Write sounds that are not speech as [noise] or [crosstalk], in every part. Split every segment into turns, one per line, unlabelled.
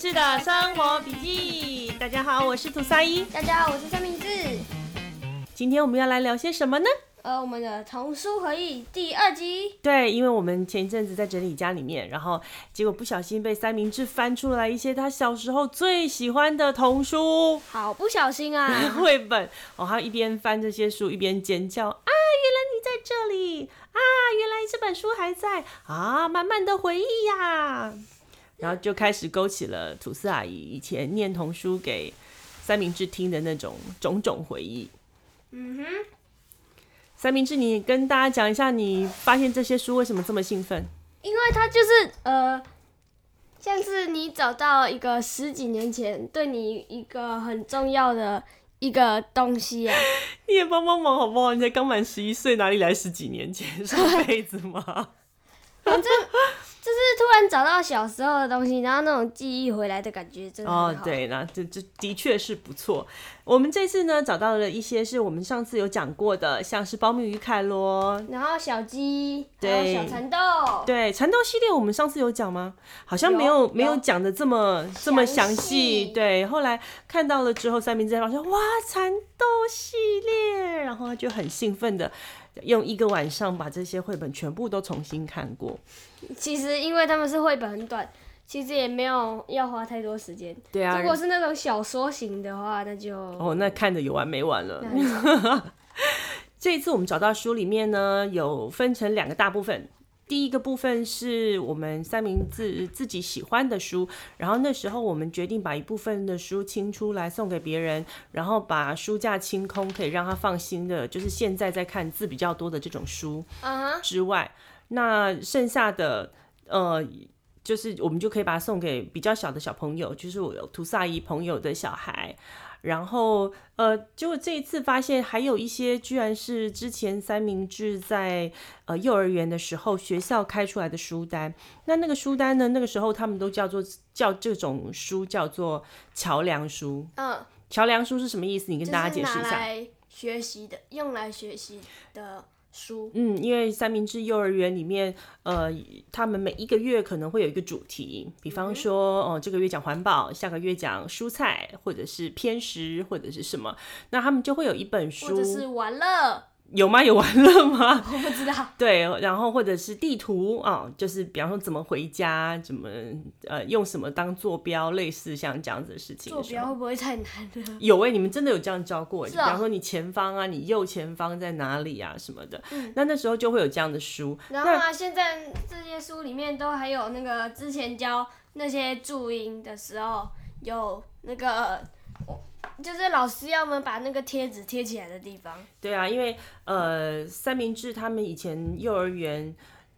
士的生活笔记。大家好，我是土沙一，
大家好，我是三明治。
今天我们要来聊些什么呢？
呃，我们的童书回忆第二集，
对，因为我们前一阵子在整理家里面，然后结果不小心被三明治翻出来一些他小时候最喜欢的童书
好不小心啊！
[laughs] 绘本，哦，他一边翻这些书一边尖叫啊，原来你在这里啊，原来这本书还在啊，满满的回忆呀、然后就开始勾起了吐司阿姨以前念童书给三明治听的那种种种回忆。
嗯哼，
三明治，你跟大家讲一下，你发现这些书为什么这么兴奋？
[laughs] 因为它就是呃，像是你找到一个十几年前对你一个很重要的一个东西 [laughs] 啊，
你也帮帮忙好不好？你才刚满十一岁，哪里来十几年前上辈子吗？
就是突然找到小时候的东西，然后那种记忆回来的感觉真的
哦
很，好。
对，那这这的确是不错。我们这次呢找到了一些是我们上次有讲过的，像是苞米与凯罗，
然后小鸡，还
对
有小蚕豆，
对缠斗系列，我们上次有讲吗？好像没有
有
没有
有
讲的这么这么详细。
细
对，后来看到了之后，三明治在旁说：“哇，蚕豆系列！”然后他就很兴奋的用一个晚上把这些绘本全部都重新看过。
其实因为他们是绘本很短，其实也没有要花太多时间。
对啊
如，果是那种小说型的话，那就、
哦，那看的有完没完了。
那
[laughs] 这一次我们找到书里面呢，有分成两个大部分。第一个部分是我们三明治自己喜欢的书，然后那时候我们决定把一部分的书清出来送给别人，然后把书架清空，可以让他放心的，就是现在在看字比较多的这种书
啊哈，
之外，那剩下的呃，就是我们就可以把它送给比较小的小朋友，就是我有图萨伊朋友的小孩。然后呃，结果这一次发现还有一些居然是之前三明治在呃幼儿园的时候学校开出来的书单。那那个书单呢，那个时候他们都叫做叫这种书叫做桥梁书。
嗯，
桥梁书是什么意思？你跟
就是
大家解释一
拿
下。
来学习的，用来学习的书。
嗯，因为三明治幼儿园里面，呃，他们每一个月可能会有一个主题，比
嗯
方说，哦、这个月讲环保，下个月讲蔬菜，或者是偏食，或者是什么，那他们就会有一本
或者是
书，
玩乐，
[laughs] 有吗？有玩乐吗？ [laughs]
我不知道。
对，然后或者是地图啊、就是比方说怎么回家，怎么呃用什么当坐标，类似像这样子的事情
坐
的时候。
标会不会太
[laughs]
难了？
有哎、你们真的有这样教过、欸？
是
比
啊
方说你前方啊，你右前方在哪里啊什么的。
嗯
那那时候就会有这样的书。
然后啊，现在这些书里面都还有那个之前教那些注音的时候，有那个，就是老师要我们把那个贴纸贴起来的地方。
对啊，因为呃，三明治他们以前幼儿园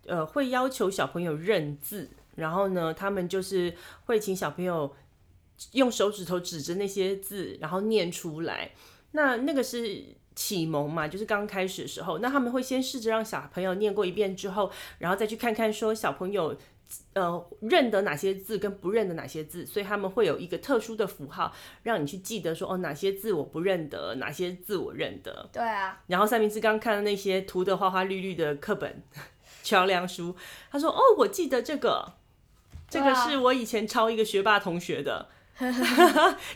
呃会要求小朋友认字，然后呢，他们就是会请小朋友用手指头指着那些字，然后念出来。那那个是启蒙嘛，就是刚开始的时候，那他们会先试着让小朋友念过一遍之后，然后再去看看说小朋友。呃，认得哪些字跟不认得哪些字，所以他们会有一个特殊的符号，让你去记得说哦，哪些字我不认得，哪些字我认得。
对啊，
然后三明治刚看的那些涂的花花绿绿的课本 [laughs] 桥梁书，他说：“哦，我记得这个，这
对
个
啊
是我以前抄一个学霸同学的。 [laughs]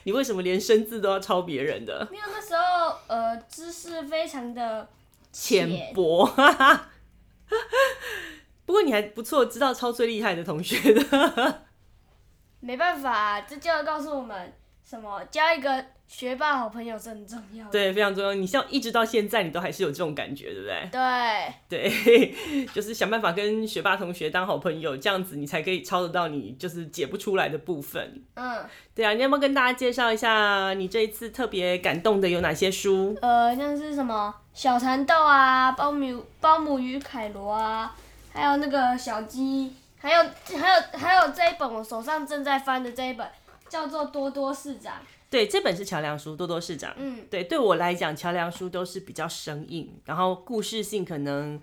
你为什么连生字都要抄别人的？
没有那时候呃，知识非常的
浅薄。 [laughs] 不过你还不错，知道抄最厉害的同学的。 [laughs]
没办法，这就要告诉我们什么？交一个学霸好朋友是很重要的。
对，非常重要。你像一直到现在，你都还是有这种感觉，对不对？
对
对， [laughs] 就是想办法跟学霸同学当好朋友，这样子你才可以抄得到你就是解不出来的部分。
嗯，
对啊，你要不要跟大家介绍一下你这一次特别感动的有哪些书？
呃，像是什么小蚕豆啊，包姆包姆与凯罗啊，还有那个小鸡，还有还有还有这一本我手上正在翻的这一本叫做《多多市长》。
对，这本是桥梁书，多多市长。
嗯，
对，对我来讲，桥梁书都是比较生硬，然后故事性可能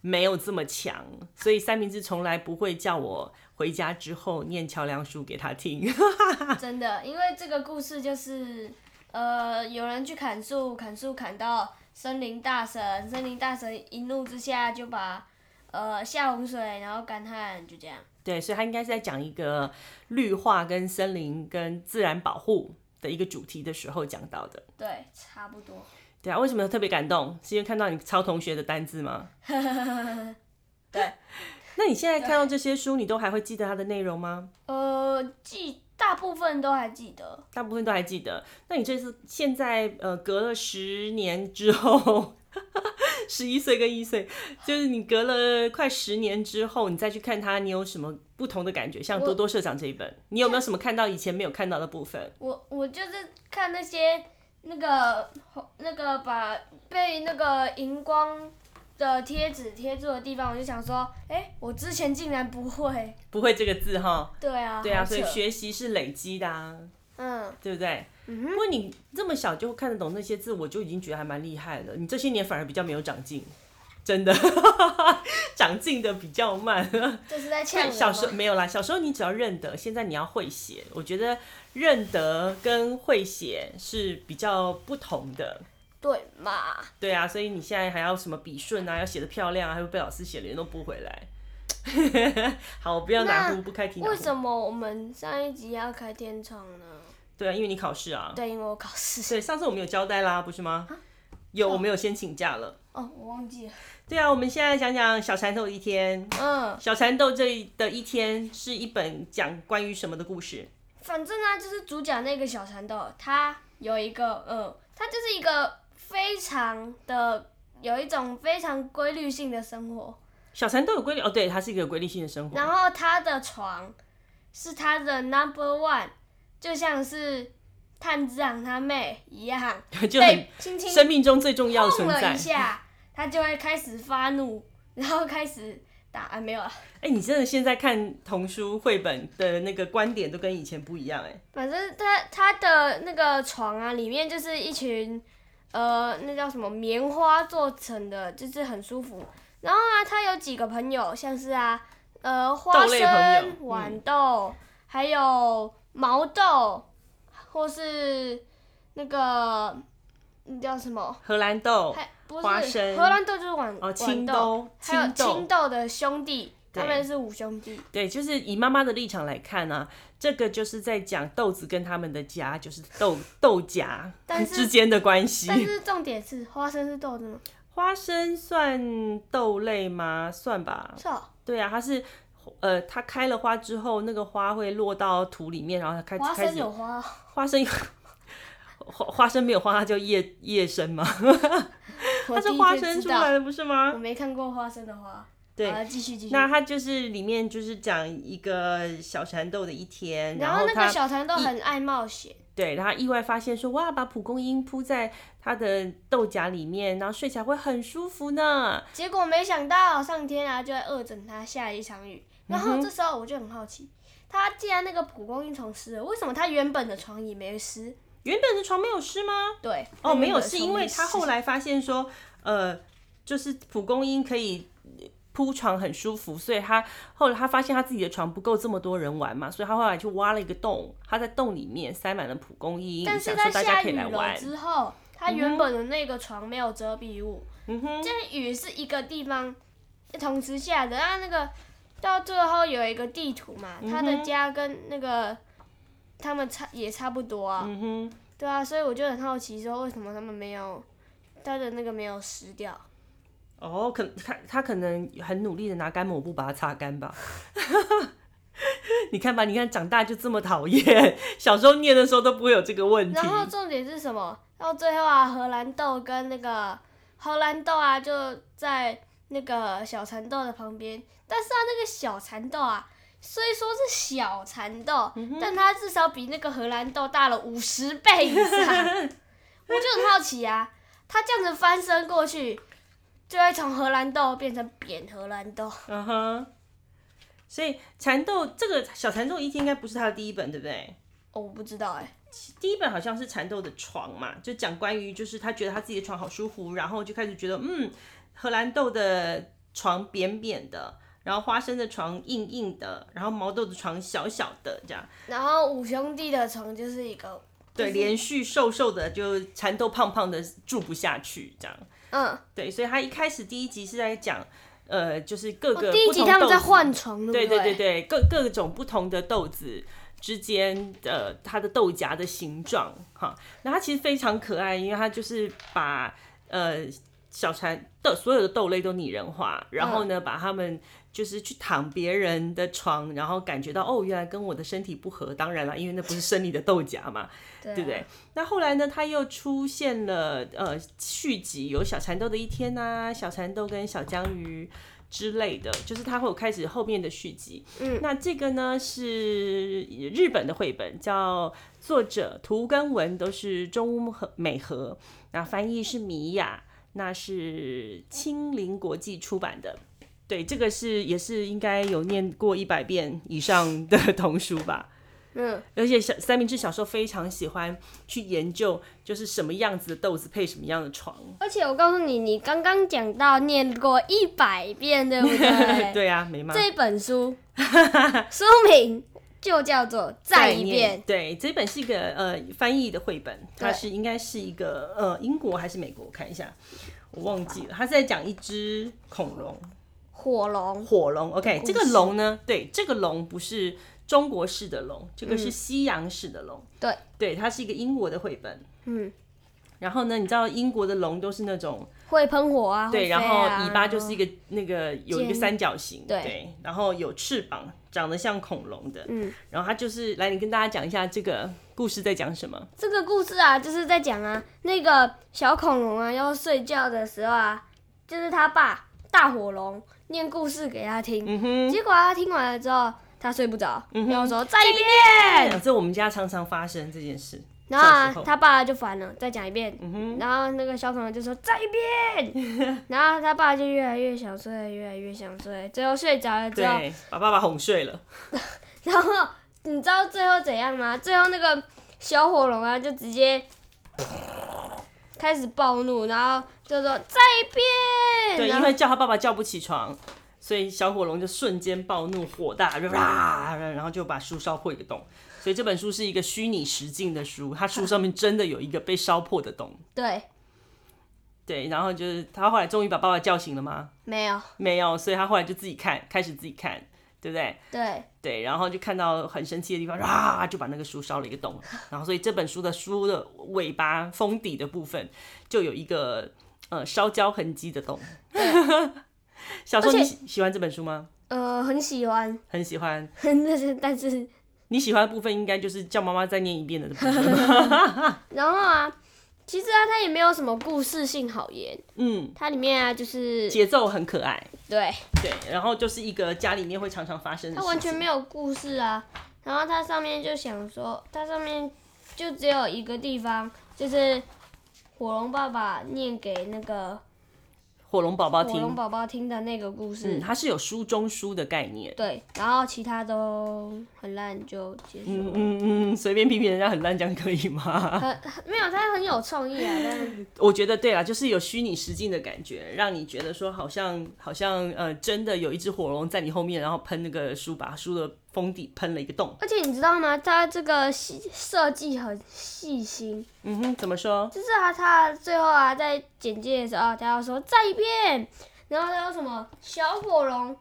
没有这么强，所以三明治从来不会叫我回家之后念桥梁书给他听。 [laughs]
真的，因为这个故事就是，呃，有人去砍树，砍树砍到森林大神，森林大神一怒之下就把呃下洪水，然后干旱，就这样。
对，所以他应该是在讲一个绿化、跟森林、跟自然保护的一个主题的时候讲到的。
对，差不多。
对啊，为什么特别感动？是因为看到你抄同学的单字吗？
[laughs] 对，
那你现在看到这些书，你都还会记得它的内容吗？
呃，记大部分都还记得。
大部分都还记得。那你这次现在呃，隔了十年之后， [laughs] 十一岁跟一岁，就是你隔了快十年之后，你再去看它，你有什么不同的感觉？像多多社长这一本，你有没有什么看到以前没有看到的部分？
我我就是看那些那个那个把被那个荧光的贴纸贴住的地方，我就想说，哎、我之前竟然不会。
不会这个字哈？
对啊，
对啊，
好
所以
扯
学习是累积的啊，
嗯，
对不对？不过你这么小就看得懂那些字，我就已经觉得还蛮厉害了。你这些年反而比较没有长进，真的， [laughs] 长进的比较慢。
这是在呛我吗
小时候没有啦，小时候你只要认得，现在你要会写。我觉得认得跟会写是比较不同的。
对嘛？
对啊，所以你现在还要什么笔顺啊，要写的漂亮啊，还会被老师写脸都不回来。 [laughs] 好，我不要拿呼，不开题拿呼
为。什么我们上一集要开天窗呢？
对啊，因为你考试啊。
对，因为我考试。
对，上次我们有交代啦，不是
啊
吗？有，我们有先请假了。
哦，我忘记了。
对啊，我们现在讲讲小蚕豆的一天。
嗯，
小蚕豆这的一天是一本讲关于什么的故事？
反正呢，就是主角那个小蚕豆，他有一个，嗯，他就是一个非常的有一种非常规律性的生活。
小蚕豆有规律哦，对，它是一个有规律性的生活。
然后他的床是他的 number one，就像是炭治郎他妹一样，
就很
被轻轻
生命中最重要的存
碰了
在
一。下，他就会开始发怒，然后开始打啊没有了，
哎、你真的现在看童书绘本的那个观点都跟以前不一样哎、
反正他他的那个床啊，里面就是一群呃，那叫什么棉花做成的，就是很舒服。然后啊，他有几个朋友，像是啊，呃，花
豆类朋友
生、豌豆，还有毛豆，或是那个那叫什么？
荷兰豆
哦还不
花
是
生
荷兰豆就是豌
哦，
豌
青
豆，
豆，
还有
青豆，
青豆的兄弟，
对
他们是五兄弟。
对，就是以妈妈的立场来看啊，这个就是在讲豆子跟他们的家，就是豆豆荚
[laughs] 但是
之间的关系。
但是重点是，花生是豆子吗？
花生算豆类吗？算吧。
是哦，
对啊，它是呃，它开了花之后，那个花会落到土里面，然后它开
花
开
生
始
有花哦、
花生有花花生没有花，它叫叶叶生吗？ [laughs]
我
它是
第一
花
次
生
知
出
道嗯
来的，不是
我
吗？
没看过花生的花。
对
好了，继续继续。
那它就是里面就是讲一个小蚕豆的一天，
然
后
那
它
个小蚕豆很爱冒险，
对，然后意外发现说哇，把蒲公英铺在它的豆荚里面，然后睡起来会很舒服呢。
结果没想到上天啊就在恶整它下一场雨。然后这时候我就很好奇，它既然那个蒲公英虫湿了，为什么它原本的床也没湿？
原本的床没有湿吗？
对，
哦，没有，
它原本的
是
床
因为
湿
他后来发现说，呃，就是蒲公英可以呃铺床很舒服，所以他后来他发现他自己的床不够这么多人玩嘛，所以他后来就挖了一个洞，他在洞里面塞满了蒲公英，
但是
想
它
说大家
下
可以
雨
来
了
玩。
之后，它原本的那个床没有遮蔽物，
嗯哼，
这雨是一个地方同时下的，那那个到最后有一个地图嘛，
嗯
他的家跟那个他们差也差不多啊，
嗯哼，
对啊，所以我就很好奇说为什么他们没有他的那个没有湿掉，
哦，可他他可能很努力的拿干抹布把它擦干吧。 [laughs] 你看吧，你看长大就这么讨厌，小时候念的时候都不会有这个问题。
然后重点是什么？到最后啊，荷兰豆跟那个荷兰豆啊就在那个小蚕豆的旁边，但是啊那个小蚕豆啊。虽说是小蚕豆，
嗯
但它至少比那个荷兰豆大了五十倍以
[laughs]
上。我就很好奇啊，它这样子翻身过去，就会从荷兰豆变成扁荷兰豆。
嗯哼，所以蚕豆这个小蚕豆一天应该不是他的第一本，对不对？
哦，我不知道哎、
第一本好像是蚕豆的床嘛，就讲关于就是他觉得他自己的床好舒服，然后就开始觉得嗯，荷兰豆的床扁扁的，然后花生的床硬硬的，然后毛豆的床小小的这样，
然后五兄弟的床就是一个，
对，连续瘦瘦的就蚕豆胖胖的住不下去这样，
嗯，
对，所以他一开始第一集是在讲呃，就是各个
哦第一
不
集
同
他们
豆
在
子
换床，对
对
不对啊
对对对，各各种不同的豆子之间呃，它的豆荚的形状哈，那它其实非常可爱，因为它就是把呃小蚕豆所有的豆类都拟人化，然后
嗯
呢，把它们就是去躺别人的床，然后感觉到哦，原来跟我的身体不合，当然了，因为那不是生理的豆荚嘛，
对啊
对不对？那后来呢，他又出现了呃续集，有小蚕豆的一天呐、小蚕豆跟小江鱼之类的，就是他会有开始后面的续集。嗯，那这个呢是日本的绘本，叫作者图跟文都是中和美和，那翻译是米雅，那是青林国际出版的。对，这个是也是应该有念过一百遍以上的童书吧。
嗯，
而且小三明治小时候非常喜欢去研究，就是什么样子的豆子配什么样的床。
而且我告诉你，你刚刚讲到念过一百遍，对不对？
[laughs] 对啊，没吗？
这本书书名就叫做《再一遍》。
对，这本是一个呃翻译的绘本，它
对
是应该是一个呃英国还是美国？我看一下，我忘记了。它是在讲一只恐龙，
火龙，
火龙。OK，
故
这
事
个龙呢？对，这个龙不是中国式的龙，这
嗯
个是西洋式的龙。
对，
对，它是一个英国的绘本。
嗯，
然后呢，你知道英国的龙都是那种
会喷火啊，
对，
会飞啊嗯
然后尾巴就是一个那个有一个
尖
三角形，
对
然后有翅膀，长得像恐龙的，
嗯，
然后它就是来，你跟大家讲一下这个故事在讲什么？
这个故事啊，就是在讲啊，那个小恐龙啊，要睡觉的时候啊，就是他爸大火龙念故事给他听，
嗯哼，
结果他听完了之后，他睡不着，
嗯哼
然后说再一遍，
哎这我们家常常发生这件事，
然后
小时
啊
候，
他爸就烦了，再讲一遍，
嗯哼，
然后那个小恐龙就说再一遍，
[laughs]
然后他爸就越来越想睡，越来越想睡，最后睡着了之后，
对，把爸爸哄睡了，
嗯然后你知道最后怎样吗？最后那个小火龙啊，就直接
[laughs]
开始暴怒，然后就说再一遍，
对，
然
因
后
为叫他爸爸叫不起床。所以小火龙就瞬间暴怒，火大，啦，然后就把书烧破一个洞。所以这本书是一个虚拟实境的书，它书上面真的有一个被烧破的洞。
对，
对，然后就是他后来终于把爸爸叫醒了吗？
没有，
没有，所以他后来就自己看，开始自己看，对不对？
对，
对，然后就看到很生气的地方，啊，就把那个书烧了一个洞。然后，所以这本书的书的尾巴封底的部分就有一个呃烧焦痕迹的洞。 [laughs] 小时候
而且
你喜喜欢这本书吗？
呃，很喜欢， [laughs]
很喜欢。
但是但是，
你喜欢的部分应该就是叫妈妈再念一遍的部
[laughs]
分。
然后啊，其实啊，它也没有什么故事性好言，
嗯，
它里面啊就是
节奏很可爱，
对，
对，然后就是一个家里面会常常发生的事
它
情。
完全没有故事啊。然后它上面就想说，它上面就只有一个地方，就是火龙爸爸念给那个
火龙宝宝
火龙
听，
宝宝听的那个故事。
嗯，它是有书中书的概念。
对，然后其他都很烂，就结束了。
嗯嗯，随便批评人家很烂，这样可以吗？ [laughs]
很很没有，他很有创意啊，但是
我觉得对啦，就是有虚拟实境的感觉，让你觉得说好像好像呃，真的有一只火龙在你后面，然后喷那个书，把书的封底喷了一个洞。
而且你知道吗？他这个细设计很细心，
嗯哼，怎么说？
就是啊，他最后啊，在简介的时候啊，他要说再一遍，然后他说什么小火龙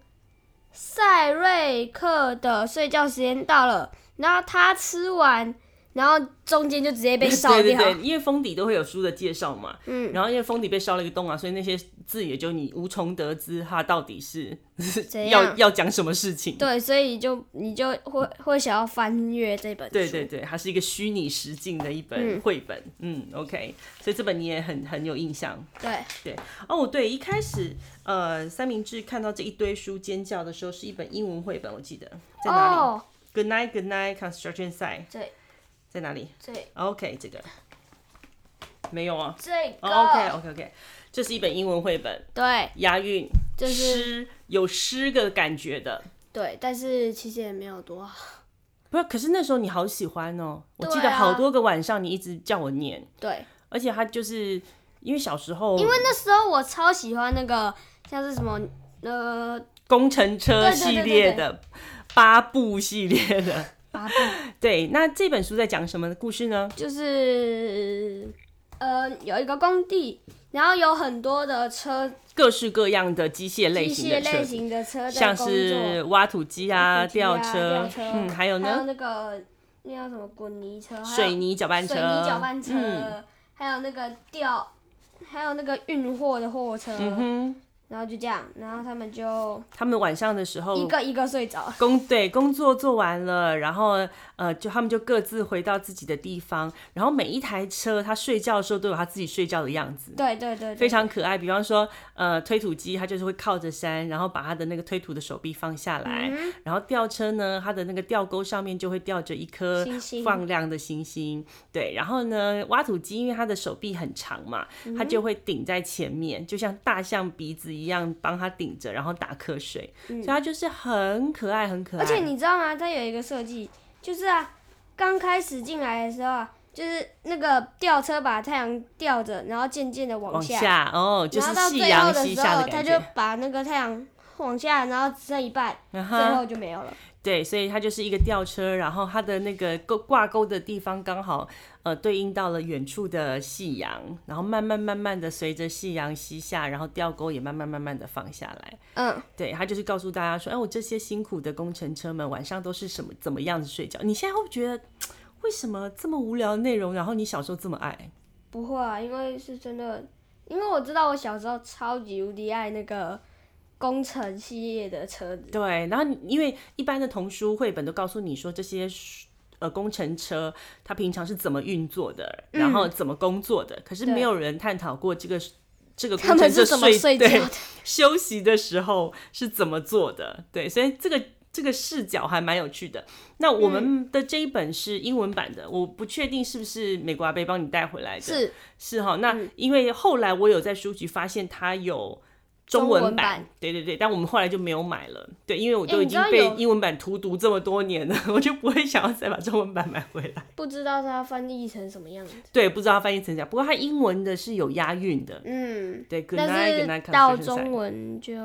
赛瑞克的睡觉时间到了，然后他吃完，然后中间就直接被烧掉，
[laughs] [laughs] 对对对，因为封底都会有书的介绍嘛，
嗯，
然后因为封底被烧了一个洞啊，所以那些字也就你无从得知它到底是
怎样
要要讲什么事情。
对所以就你就会会想要翻阅这本书，
对对对，它是一个虚拟实境的一本
嗯
绘本，嗯 o k 所以这本你也很很有印象。
对
对，哦，对，一开始呃，三明治看到这一堆书尖叫的时候，是一本英文绘本，我记得在哪里、
哦，
g o o d night, good night, construction site
这
在哪里
这
？OK，这个没有啊。
这个、
哦、OK OK OK，这是一本英文绘本，
对
押韵，
就是
诗有诗的感觉的。
对，但是其实也没有多好，
不是，可是那时候你好喜欢哦，我记
对
得
啊
好多个晚上你一直叫我念，
对，
而且他就是因为小时候，
因为那时候我超喜欢那个像是什么呃
工程车
对对对
系
对
列
对
的八部系列的。
八部
对，那这本书在讲什么故事呢？
就是呃有一个工地，然后有很多的车，
各式各样的机械类
一
型
些
的车
类
子，
型的车在
像
工作
是，挖土机啊、
挖土机啊
车
吊，车
嗯，还有
还有
呢，
那个那叫什么滚泥车，还有
水泥搅拌车，
水泥搅拌车，
嗯
还有那个吊，还有那个运货的货车，
嗯哼，哦
然后就这样，然后他们就
他们晚上的时候
一个一个睡着。
工对工作做完了，然后呃，就他们就各自回到自己的地方，然后每一台车，他睡觉的时候都有他自己睡觉的样子。
对对对对，
非常可爱，比方说，呃，推土机它就是会靠着山，然后把它的那个推土的手臂放下来，
嗯 [laughs]
然后吊车呢，它的那个吊钩上面就会吊着一颗
星星
放亮的星星，对，然后呢，挖土机因为它的手臂很长嘛，
嗯
它就会顶在前面，就像大象鼻子一样帮它顶着，然后打瞌睡，所以它就是很可爱，很可爱。
嗯而且你知道吗？它有一个设计，就是啊，刚开始进来的时候啊，就是那个吊车把太阳吊着，然后渐渐的
往
下，
下哦，就
然
是
后到
夕
最后
阳
的
西
时
下
候，
的
它
感
就
觉。
把那个太阳往下，然后只剩一半，
嗯哼
最后就没有了。
对，所以它就是一个吊车，然后它的那个钩挂钩的地方刚好呃对应到了远处的夕阳，然后慢慢慢慢的随着夕阳西下，然后吊钩也慢慢慢慢的放下来。
嗯，
对，它就是告诉大家说，哎，我这些辛苦的工程车们晚上都是什么怎么样子睡觉？你现在会不会觉得为什么这么无聊的内容，然后你小时候这么爱？
不会啊，因为是真的，因为我知道我小时候超级无敌爱那个工程系列的车子。
对，然后你因为一般的童书绘本都告诉你说这些书呃工程车它平常是怎么运作的，然后怎么工作的，可是
嗯对
没有人探讨过这个这个
他
工程
们
车
是怎么睡觉
对
的？
[laughs] 休息的时候是怎么做的。对，所以这个这个视角还蛮有趣的。那
嗯
我们的这一本是英文版的，我不确定是不是美国阿贝帮你带回来的，
是
是哈。那
嗯
因为后来我有在书局发现它有。中
中
文
文
版，
版
对对对，但我们后来就没有买了，对，因为我
哎
都已
你知
经
道
被
有
英文版荼毒这么多年了，我就不会想要再把中文版买回
[laughs]
来。
不知道它翻译成什么样子。
对，不知道它翻译成怎样，不过它英文的是有押韵的，
嗯，
对，Good
但
night, Good
是
night,
到
Conversation
中
Side
文嗯就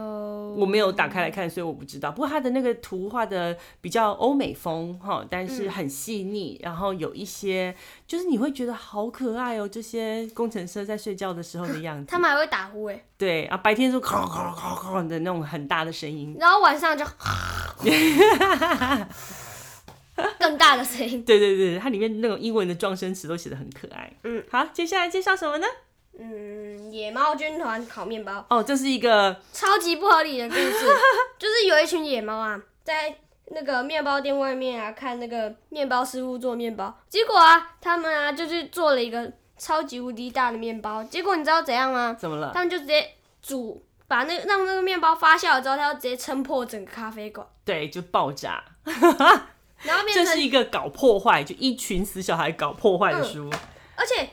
我没有打开来看，所以我不知道。不过它的那个图画的比较欧美风哈，但是
嗯
很细腻，然后有一些就是你会觉得好可爱哦，这些工程师在睡觉的时候的样子。
他们还会打呼哎，
对啊，白天就咔咔咔咔的那种很大的声音。
然后晚上就更大的声音。
对对对，它里面那种英文的撞声词都写的很可爱。嗯，好，接下来介绍什么呢？
嗯，野猫军团烤面包，
哦，这是一个
超级不合理的故事， [laughs] 就是有一群野猫啊，在那个面包店外面啊，看那个面包师傅做面包，结果啊，他们啊就去做了一个超级无敌大的面包，结果你知道怎样吗？
怎么了？
他们就直接煮，把那个让那个面包发酵了之后，他就直接撑破整个咖啡馆，
对，就爆炸。
然后变
这
成，
是一个搞破坏，就一群死小孩搞破坏的书。
而且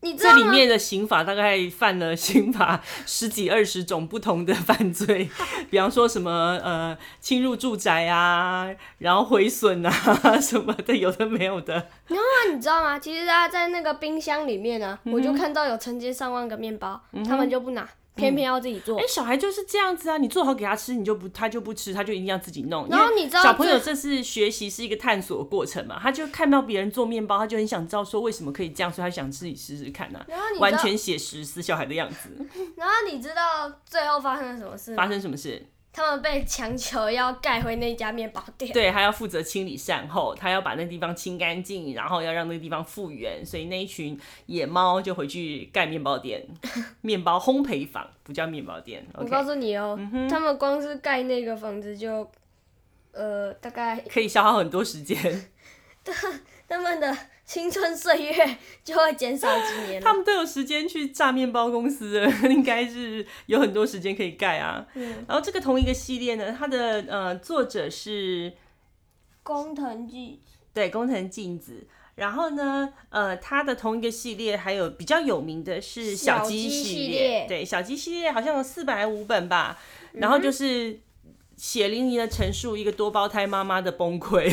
你知道
这里
吗？
面的刑法大概犯了 [laughs] 刑法十几二十种不同的犯罪，比方说什么呃侵入住宅啊，然后毁损啊 [laughs] 什么的，有的没有的。
那你知道吗？其实他在那个冰箱里面呢、
嗯
我就看到有成千上万个面包，他们就不拿，偏偏要自己做
哎、。小孩就是这样子啊，你做好给他吃，你就不他就不吃，他就一定要自己弄。
然后
因为
你知道
小朋友
这
这是学习是一个探索的过程嘛，他就看到别人做面包，他就很想知道说为什么可以这样，所以他想自己试试看啊。
然后你知
完
道，
全写实死小孩的样子，
然后你知道最后发生了什么事吗？
发生什么事？
他们被强求要盖回那家面包店。
对，他要负责清理善后，他要把那地方清干净，然后要让那个地方复原，所以那一群野猫就回去盖面包店，面包烘焙坊不叫面包店
我
，OK，
告
嗯
诉你哦、他们光是盖那个房子就，呃，大概
可以消耗很多时间。
他们的青春岁月就会减少几年
他
了。
们都有时间去炸面包公司了， [laughs] 应该是有很多时间可以盖啊。
嗯
然后这个同一个系列呢，它的呃作者是
工藤纪
对，工藤静子。然后呢，呃，它的同一个系列还有比较有名的是小
小
鸡
鸡
系列，
系列嗯
对，小鸡系列好像有四百五本吧。然后就是血淋淋的陈述一个多胞胎妈妈的崩溃，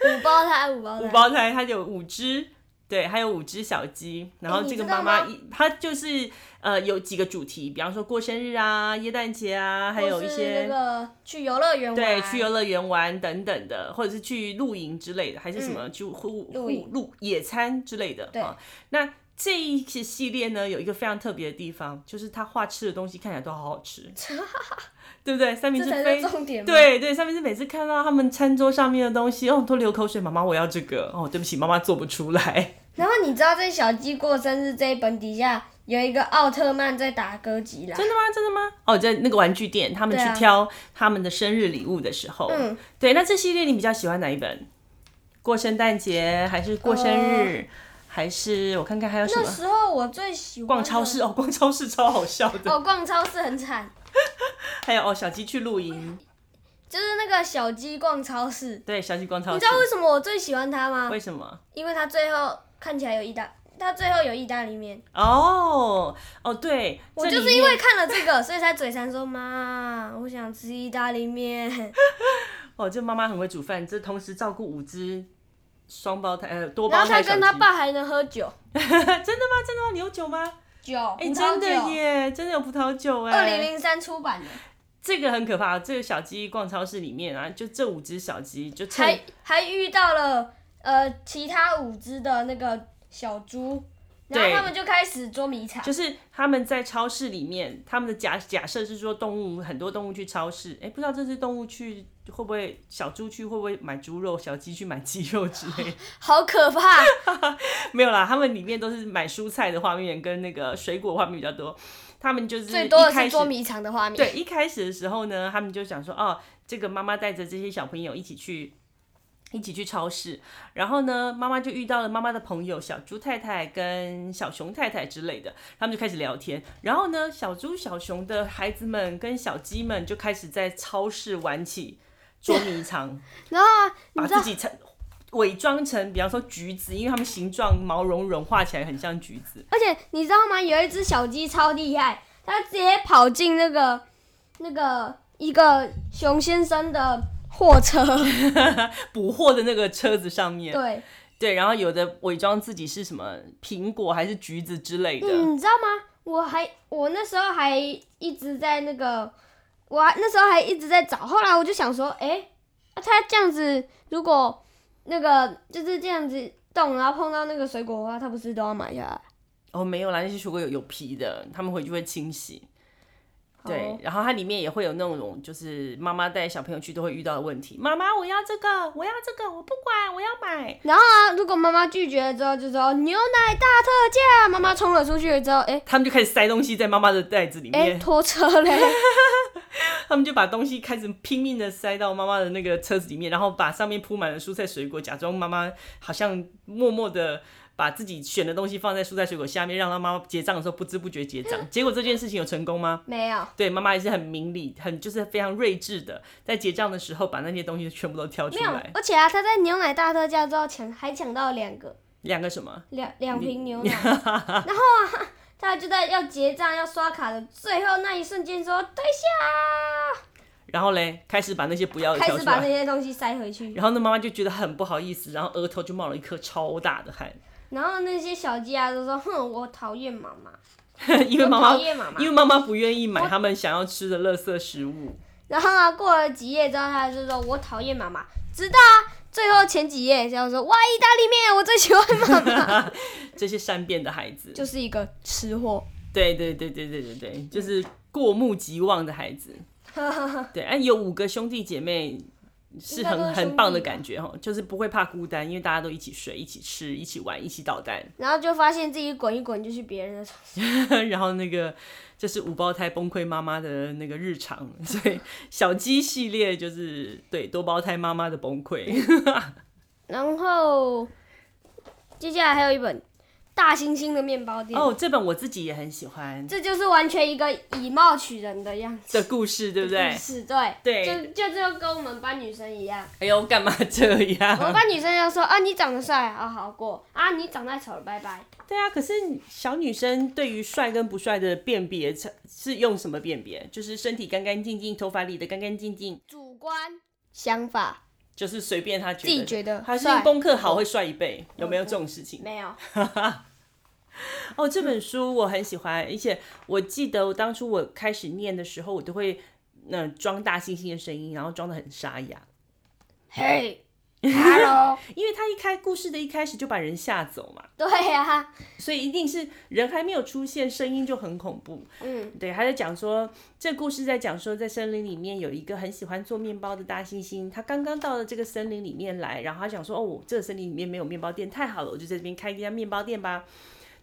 五胞胎，五胞胎，
五胞胎它有五只。对，还有五只小鸡，然后
哦你
这个
知道
妈妈
吗
一，她就是呃有几个主题，比方说过生日啊、耶诞节啊，还有
或
一
是
些
那个去游乐园玩，啊
对，去游乐园玩等等的，或者是去露营之类的，还是什么、去户
嗯露
户
营
露野餐之类的。
对
啊那这一些系列呢，有一个非常特别的地方，就是他画吃的东西看起来都好好
[laughs]
吃， [laughs] 对不对？三明
这
治
才
非
是重点。，
对对，三明治每次看到他们餐桌上面的东西，哦，都流口水。妈妈，我要这个。哦，对不起，妈妈做不出来。
然后你知道在小鸡过生日这一本底下有一个奥特曼在打哥吉拉，
真的吗？真的吗？哦，在那个玩具店，他们
对啊
去挑他们的生日礼物的时候，
嗯，
对。那这系列你比较喜欢哪一本？过圣诞节还是过生日，还是我看看还有什
呃那
么？
时候我最喜欢的
逛超市哦，逛超市超好笑的。
哦，逛超市很惨，
还有哦，小鸡去露营，
就是那个小鸡逛超市。
对，小鸡逛超
你
市
知。道为什么我最喜欢它吗？
为什么？
因为它最后看起来有意大，它最后有意大利面。
哦哦，对，
我
这
就
里
是因
面
为看了这个， [laughs] 所以才嘴馋说妈，我想吃意大利面。
哦，这妈妈很会煮饭，这同时照顾五只双胞胎呃多
然
胞
后他
胎小鸡。
跟他爸还能喝酒，
[laughs] 真的吗？真的吗？你有酒吗？
酒，
哎、
葡萄
真的
酒。
耶，真的有葡萄酒
二
哎。
零零三出版的，
这个很可怕，这个小鸡逛超市里面啊，就这五只小鸡就
还
趁
还遇到了呃其他五只的那个小猪，然后
对
他们就开始捉迷藏。
就是他们在超市里面，他们的假假设是说动物很多动物去超市，哎、不知道这只动物去会不会小猪去会不会买猪肉，小鸡去买鸡肉之类的。
好可怕！
嗯没有啦，他们里面都是买蔬菜的画面跟那个水果画面比较多。他们就是
最多的
一开始
是捉迷藏的画面。
对，一开始的时候呢，他们就想说，哦，这个妈妈带着这些小朋友一起去。一起去超市，然后呢，妈妈就遇到了妈妈的朋友小猪太太跟小熊太太之类的，他们就开始聊天。然后呢，小猪、小熊的孩子们跟小鸡们就开始在超市玩起捉迷藏，
然后啊
把
[laughs] 你知
自
道
己成伪装成，比方说橘子，因为它们形状毛茸茸，画起来很像橘子。
而且你知道吗？有一只小鸡超厉害，它直接跑进那个那个一个熊先生的货车，
捕获的那个车子上面，
对，
对，然后有的伪装自己是什么苹果还是橘子之类的，
嗯，你知道吗？我还我那时候还一直在那个，我还那时候还一直在找，后来我就想说，哎、啊它这样子如果那个就是这样子动，然后碰到那个水果的话，它不是都要买下来？
哦，没有啦，那些水果有有皮的，他们回去会清洗。对
哦，，
然后它里面也会有那种，就是妈妈带小朋友去都会遇到的问题。妈妈，我要这个，我要这个，我不管，我要买。
然后啊，如果妈妈拒绝了之后，就说牛奶大特价，妈妈冲了出去了之后，哎、
他们就开始塞东西在妈妈的袋子里
哎、
面，
拖车
[laughs]
嘞，
他们就把东西开始拼命的塞到妈妈的那个车子里面，然后把上面铺满了蔬菜水果，假装妈妈好像默默的把自己选的东西放在蔬菜水果下面，让她妈妈结账的时候不知不觉结
嗯
账。结果这件事情有成功吗？
没有。
对，妈妈也是很明理，很就是非常睿智的，在结账的时候把那些东西全部都挑
没
出
有
来，。
而且啊，他在牛奶大特价之后抢，还抢到两个
两个什么？
两两
[laughs]
瓶牛奶，然后啊，他就在要结账要刷卡的最后那一瞬间说对下，
然后嘞，开始把那些不要的
开
挑
始
出
把那
来。
些东西塞回去，
然后呢，妈妈就觉得很不好意思，然后额头就冒了一颗超大的汗，
然后那些小鸡啊都说哼，我讨厌妈妈，
[laughs] 因为妈
我
妈
讨厌妈妈
因为妈妈不愿意买他们想要吃的垃圾食物。
然后啊，过了几页之后，他就说我讨厌妈妈，直到啊最后前几页，然后说哇，意大利面我最喜欢
[laughs]
妈妈，
这些善变的孩子，
就是一个吃货，
对对对对对对对，就是过目即忘的孩子。
对
对，哎、有五个兄弟姐妹是
嗯应该都是
很
兄
很
弟
棒的
吧
感觉哦，就是不会怕孤单，因为大家都一起睡、一起吃、一起玩、一起捣蛋。 [laughs]
然后就发现自己滚一滚就去别人的床，
然后那个这是五胞胎崩溃妈妈的那个日常， [laughs] 所以小鸡系列就是对多胞胎妈妈的崩
[laughs]
溃。
然后接下来还有一本《大猩猩的面包店》，
哦，这本我自己也很喜欢
这就是完全一个以貌取人的样子，
的故事，对不对？
是，对，
对
就就就跟我们班女生一样， [laughs]
哎呦，干嘛这
我们
样？
班女生就说啊你长得帅啊好过啊你长得丑拜拜，
对啊，可是小女生对于帅跟不帅的辨别是是用什么辨别？就是身体干干净净，头发理得干干净净，
主观想法
就是随便她觉
自己
得。
觉得
还是
帅
功课好会帅一倍，有没有这种事情？
没有，
[laughs] 哦，这本书我很喜欢，而且我记得我当初我开始念的时候，我都会嗯、呃装大猩猩的声音，然后装的很沙哑。
嘿， Hello， [laughs]
[laughs] 因为他一开故事的一开始就把人吓走嘛，
对啊呀、
所以一定是人还没有出现，声音就很恐怖。
嗯，
对，他在讲说，这故事在讲说，在森林里面有一个很喜欢做面包的大猩猩，他刚刚到了这个森林里面来，然后他想说，哦，我这个森林里面没有面包店，太好了，我就在这边开一家面包店吧。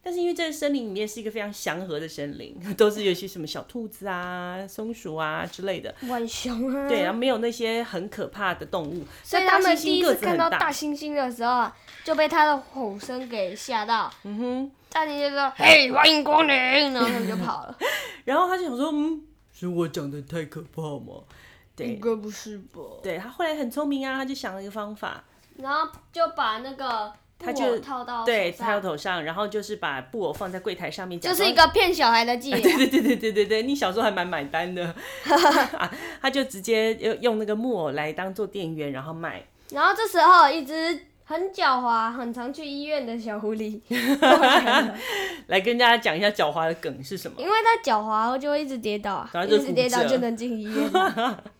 但是因为这个森林里面是一个非常祥和的森林，都是有一些什么小兔子啊、松鼠啊之类的，
浣熊啊，
对，然后没有那些很可怕的动物。
所以
那大
他们
猩猩
第一
个
次
子
看
很
到
大
大猩猩的时候啊，就被它的吼声给吓到。嗯
哼，
大猩猩就说：“嘿，欢迎光临！”然后他们就跑了。
然后他就想说，嗯，是我长得太可怕吗？对
应该不是吧？
对他后来很聪明啊，他就想了一个方法，
然后就把那个布
就
偶套到
对，
手
套
上
头上，然后就是把布偶放在柜台上面，
就
就是
一。个骗小孩的伎
对 [laughs]
俩。
对对对对对对，你小时候还蛮买单
[laughs]
的， [laughs] 啊他就直接用用那个木偶来当做店员，然后卖。
然后这时候，一只很狡猾、很常去医院的小狐
[laughs]
狸过来了，
来跟大家讲一下狡猾的梗是什么。
因为它狡猾，就会一直跌倒啊，
然后就
一直跌倒
骨折
就能进医院啊。
[laughs]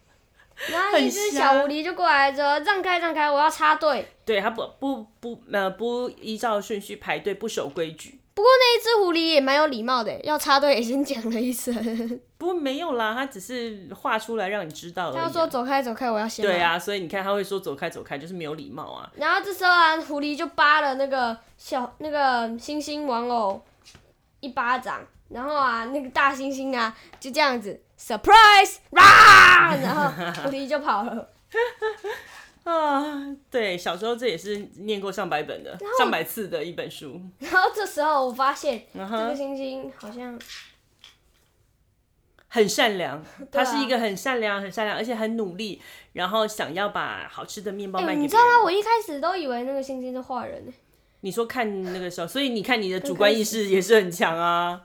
然后一只
很
小
瞎
狐狸就过来说：“让开，让开，我要插队。”
对他不不不呃不依照顺序排队，不守规矩。
不过那一只狐狸也蛮有礼貌的，要插队也先讲了一声，
不过没有啦，他只是画出来让你知道而已啊、
他说走开走开，我要先。
对。啊，所以你看他会说走开走开，就是没有礼貌啊。
然后这时候啊，狐狸就扒了那个小那个猩猩玩偶一巴掌，然后啊，那个大猩猩啊就这样子 surprise 啦，然后狐狸就跑了。
啊，对，小时候这也是念过上百本的、上百次的一本书。
然后这时候我发现这
嗯
个
哼，
猩猩好像
很善良，
对
他
啊
是一个很善良、很善良，而且很努力，然后想要把好吃的面包
哎、
卖给
你知
别
道
人。
吗？我一开始都以为那个猩猩是坏人呢。
你说看那个时候，所以你看你的主
刚
观
开
意识也是很强
[laughs]
啊，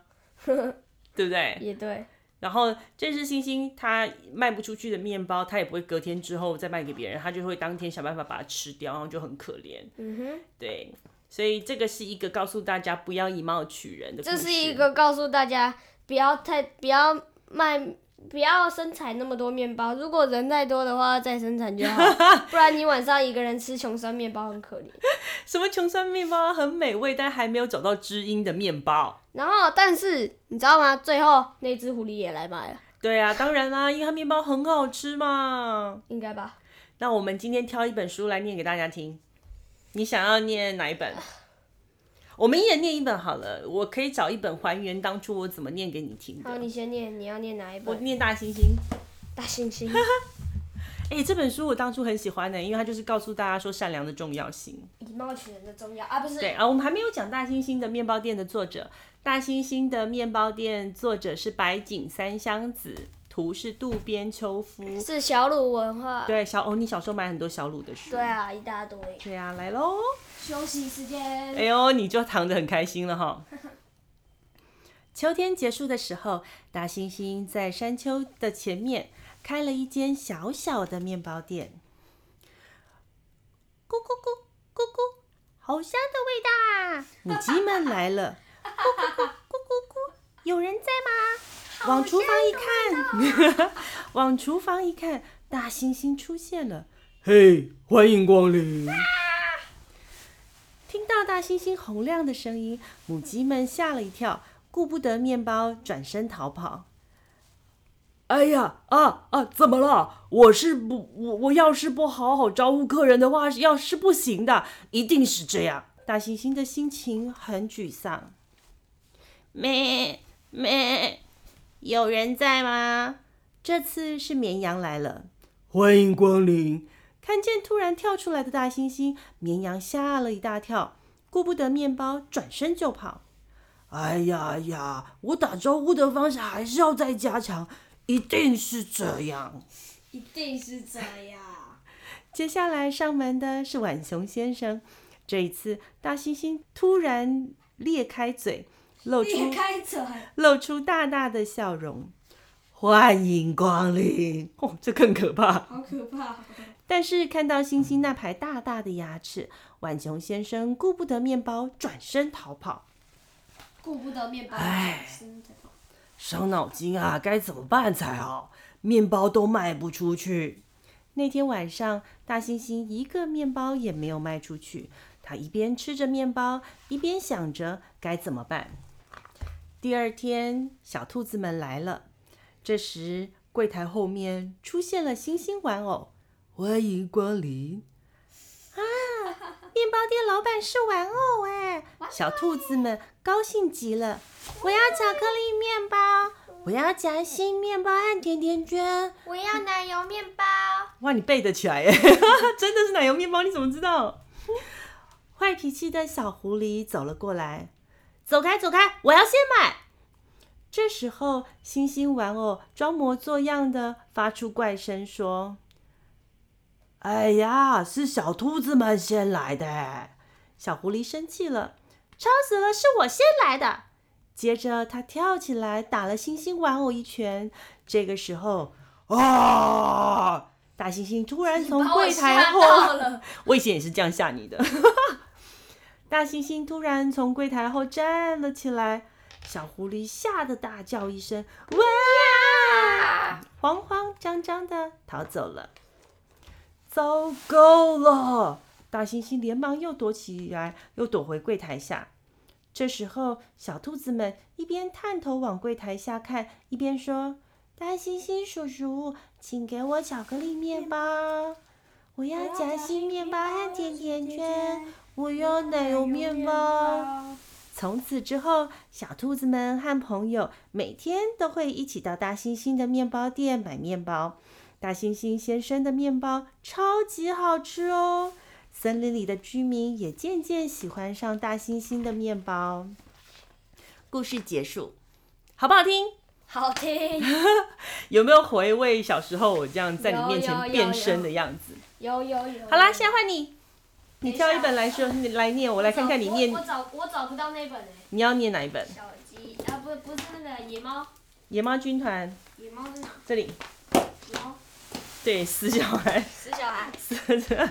对不对？
也对，
然后这只猩猩它卖不出去的面包，它也不会隔天之后再卖给别人，它就会当天想办法把它吃掉，然后就很可怜。
嗯哼，
对，所以这个是一个告诉大家不要以貌取人的故
这
事。
是一个告诉大家不要太不要卖不要生产那么多面包，如果人太多的话再生
[laughs]
产就好，不然你晚上一个人吃穷酸面包很可怜。
什么穷酸面包啊很美味，但还没有找到知音的面包。
然后，但是你知道吗？最后那只狐狸也来买了，
对啊，当然啦，因为它面包很好吃嘛。
应该吧？
那我们今天挑一本书来念给大家听，你想要念哪一本？我们一人念一本好了，我可以找一本还原当初我怎么念给你听
好，
的。
你先念，你要念哪一
我
本？
念大猩猩。
大猩
[laughs]
猩。
哎、这本书我当初很喜欢的，因为它就是告诉大家说善良的重要性。
以貌取人的重要啊，不是
对啊，我们还没有讲大猩猩的面包店的作者。大猩猩的面包店作者是白井三香子，图是渡边秋夫。
是小鲁文化。
对，小哦，你小时候买很多小鲁的书。
对啊，一大堆。
对啊，来喽！
休息时间。
哎呦，你就躺着很开心了哈。秋天结束的时候，大猩猩在山丘的前面开了一间小小的面包店。咕咕咕咕咕，好香的味道啊！母鸡们来了，咕咕咕咕咕咕，有人在吗？往厨房一看， [laughs] 往厨房一看，大猩猩出现了。嘿，欢迎光临！听到大猩猩洪亮的声音，母鸡们吓了一跳，顾不得面包，转身逃跑。哎呀啊啊！怎么了？我是不我我要是不好好招呼客人的话，要是不行的，一定是这样。大猩猩的心情很沮丧。咩咩，有人在吗？这次是绵羊来了。欢迎光临。看见突然跳出来的大猩猩，绵羊吓了一大跳，顾不得面包，转身就跑。哎呀呀！我打招呼的方式还是要再加强，一定是这样。
一定是这
[laughs]
样。
接下来上门的是浣熊先生，这一次大猩猩突然裂开嘴，露出
开嘴。
露出大大的笑容。欢迎光临！哦，这更可怕。
好可怕！
但是看到星星那排大大的牙齿，浣熊先生顾不得面包，转身逃跑。
顾不得面包，真的
伤脑筋啊，该怎么办才好？面包都卖不出去。那天晚上，大猩猩一个面包也没有卖出去。他一边吃着面包，一边想着该怎么办。第二天，小兔子们来了。这时，柜台后面出现了星星玩偶，欢迎光临。啊面包店老板是玩偶哎，小兔子们高兴极了。我要巧克力面包，我要夹心面包和甜甜圈。
我要奶油面包。
哇，你背得起来耶！ [laughs] 真的是奶油面包，你怎么知道？坏脾气的小狐狸走了过来，走开，走开，我要先买。这时候，星星玩偶装模作样的发出怪声说：“哎呀，是小兔子们先来的。”小狐狸生气了：“吵死了，是我先来的！”接着，他跳起来打了星星玩偶一拳。这个时候，啊！大猩猩突然从
把我
柜台
吓
后
到了，
我以前也是这样吓你的。 [laughs] 大猩猩突然从柜台后站了起来，小狐狸吓得大叫一声：“啊哇！”慌慌张张的逃走了。糟糕了！大猩猩连忙又躲起来，又躲回柜台下。这时候，小兔子们一边探头往柜台下看，一边说：“大猩猩叔叔，请给我巧克力面包，我要夹心面包和甜甜圈，我要奶油面包。”从此之后，小兔子们和朋友每天都会一起到大猩猩的面包店买面包。大猩猩先生的面包超级好吃哦！森林里的居民也渐渐喜欢上大猩猩的面包。故事结束，好不好听？
好听。
有没有回味小时候我这样在你面
有有
前
有
变身的样子？
有有有。
好啦，现在换你，你
等一下
挑一本来说，你来念，我来看看你念
我，我找我找不到那本诶。
你要念哪一本？
小鸡啊，不不是那个野猫，
野猫军团
野猫是哪？
这里，
野猫
对，死小孩。
死小孩。
是的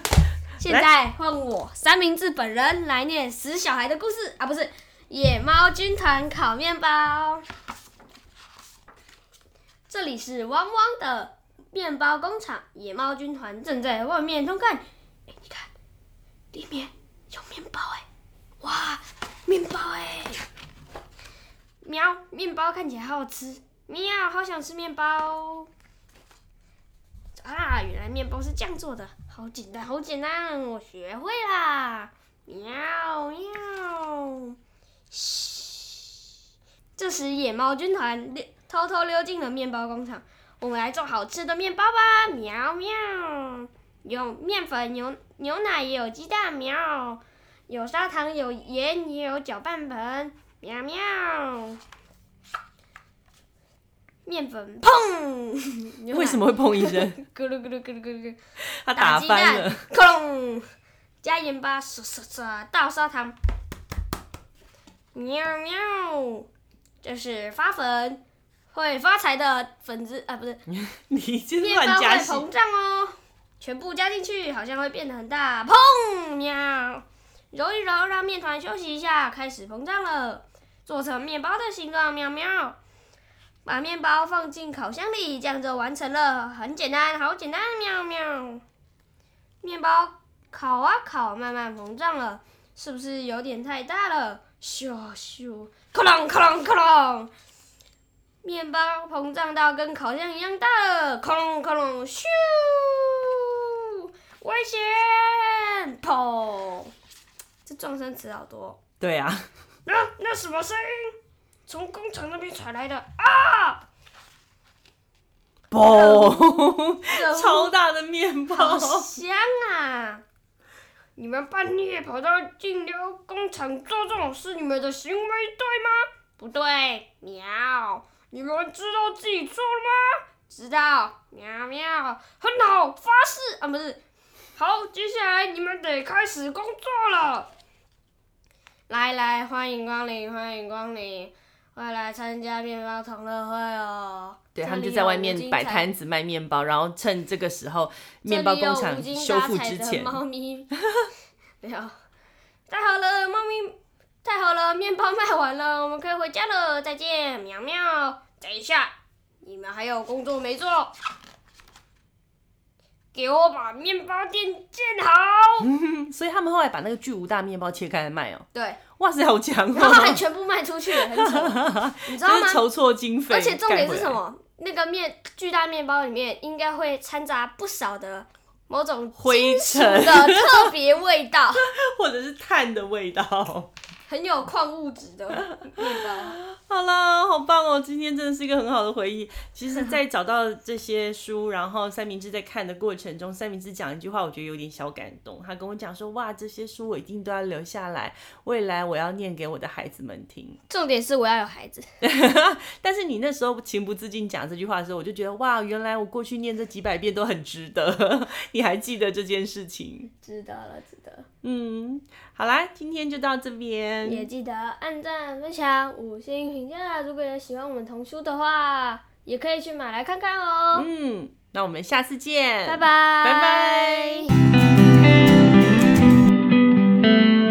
现在换我三明治本人来念死小孩的故事啊，不是野猫军团烤面包。这里是汪汪的面包工厂，野猫军团正在外面偷看。哎，你看，里面有面包哎，哇，面包哎！喵，面包看起来好好吃，喵，好想吃面包。啊，原来面包是这样做的，好简单，好简单，我学会啦！喵喵。 [laughs] 嘘。这时，野猫军团溜偷偷溜进了面包工厂，我们来做好吃的面包吧！喵喵。有面粉，牛牛奶，也有鸡蛋，喵。有砂糖，有盐，也有搅拌盆，喵喵。 [laughs] 面粉，砰！ [laughs] 牛奶
为什么会砰一
[laughs]
声？
咕噜咕噜咕噜咕噜咕噜，
他打
鸡
翻
蛋
了。，
咕隆，加盐巴，唰唰唰，倒砂糖，喵喵，这是发粉，会发财的粉子啊，不是，
[laughs] 你这
面
乱
包会
加戏。
膨胀哦，全部加进去好像会变得很大，砰喵，揉一揉，让面团休息一下，开始膨胀了，做成面包的形状，喵喵。把面包放进烤箱里，这样就完成了，很简单，好简单，喵喵。面包烤啊烤，慢慢膨胀了，是不是有点太大了？咻咻，哐啷哐啷哐啷，面包膨胀到跟烤箱一样大了，哐啷哐啷，咻，危险，砰！这撞声词好多哦、
对啊，
[laughs] 那那什么声音？从工厂那边传来的啊！
砰！
可恶
[laughs] 超大的面包
好。香啊！你们半夜跑到净流工厂做这种事，你们的行为对吗？不对，喵！你们知道自己错了吗？知道，喵喵，很好，发誓啊，不是。好，接下来你们得开始工作了。来来，欢迎光临，欢迎光临，快来参加面包同乐会哦！
对
这
他们就
里
在
有
外
五
面
金
摆
厂
摊子卖面包，然后趁这个时候面包工厂修复之前，
猫咪， [laughs] 没有，太好了，猫咪，太好了，面包卖完了，我们可以回家了，再见，喵喵。等一下，你们还有工作没做。给我把面包店建好。
嗯所以他们后来把那个巨无大面包切开来卖哦、 [laughs]
对，
哇塞，好强
[laughs] 然后
[laughs]
还
哦、
全部卖出去了，很丑，你知道
[laughs] 真
吗
是？筹措经费。
而且重点是什
盖回来？
么？那个面巨大面包里面应该会掺杂不少的某种
灰
的
尘
特别
[laughs]
味道，
或者是碳的味道。
很有矿物质的面包。
好啦，好棒哦！今天真的是一个很好的回忆。其实，在找到这些书，然后三明治在看的过程中，三明治讲一句话，我觉得有点小感动。他跟我讲说：“哇，这些书我一定都要留下来，未来我要念给我的孩子们听。 [laughs]
重点是我要有孩子，”
但是你那时候情不自禁讲这句话的时候，我就觉得哇，原来我过去念这几百遍都很值得。 [laughs] 你还记得这件事情？
值得了，值得。
嗯，好啦，今天就到这
也
边。
记得按赞、分享、五星评价。如果有喜欢我们童书的话，也可以去买来看看哦。
嗯，那我们下次见，
拜拜，
拜拜。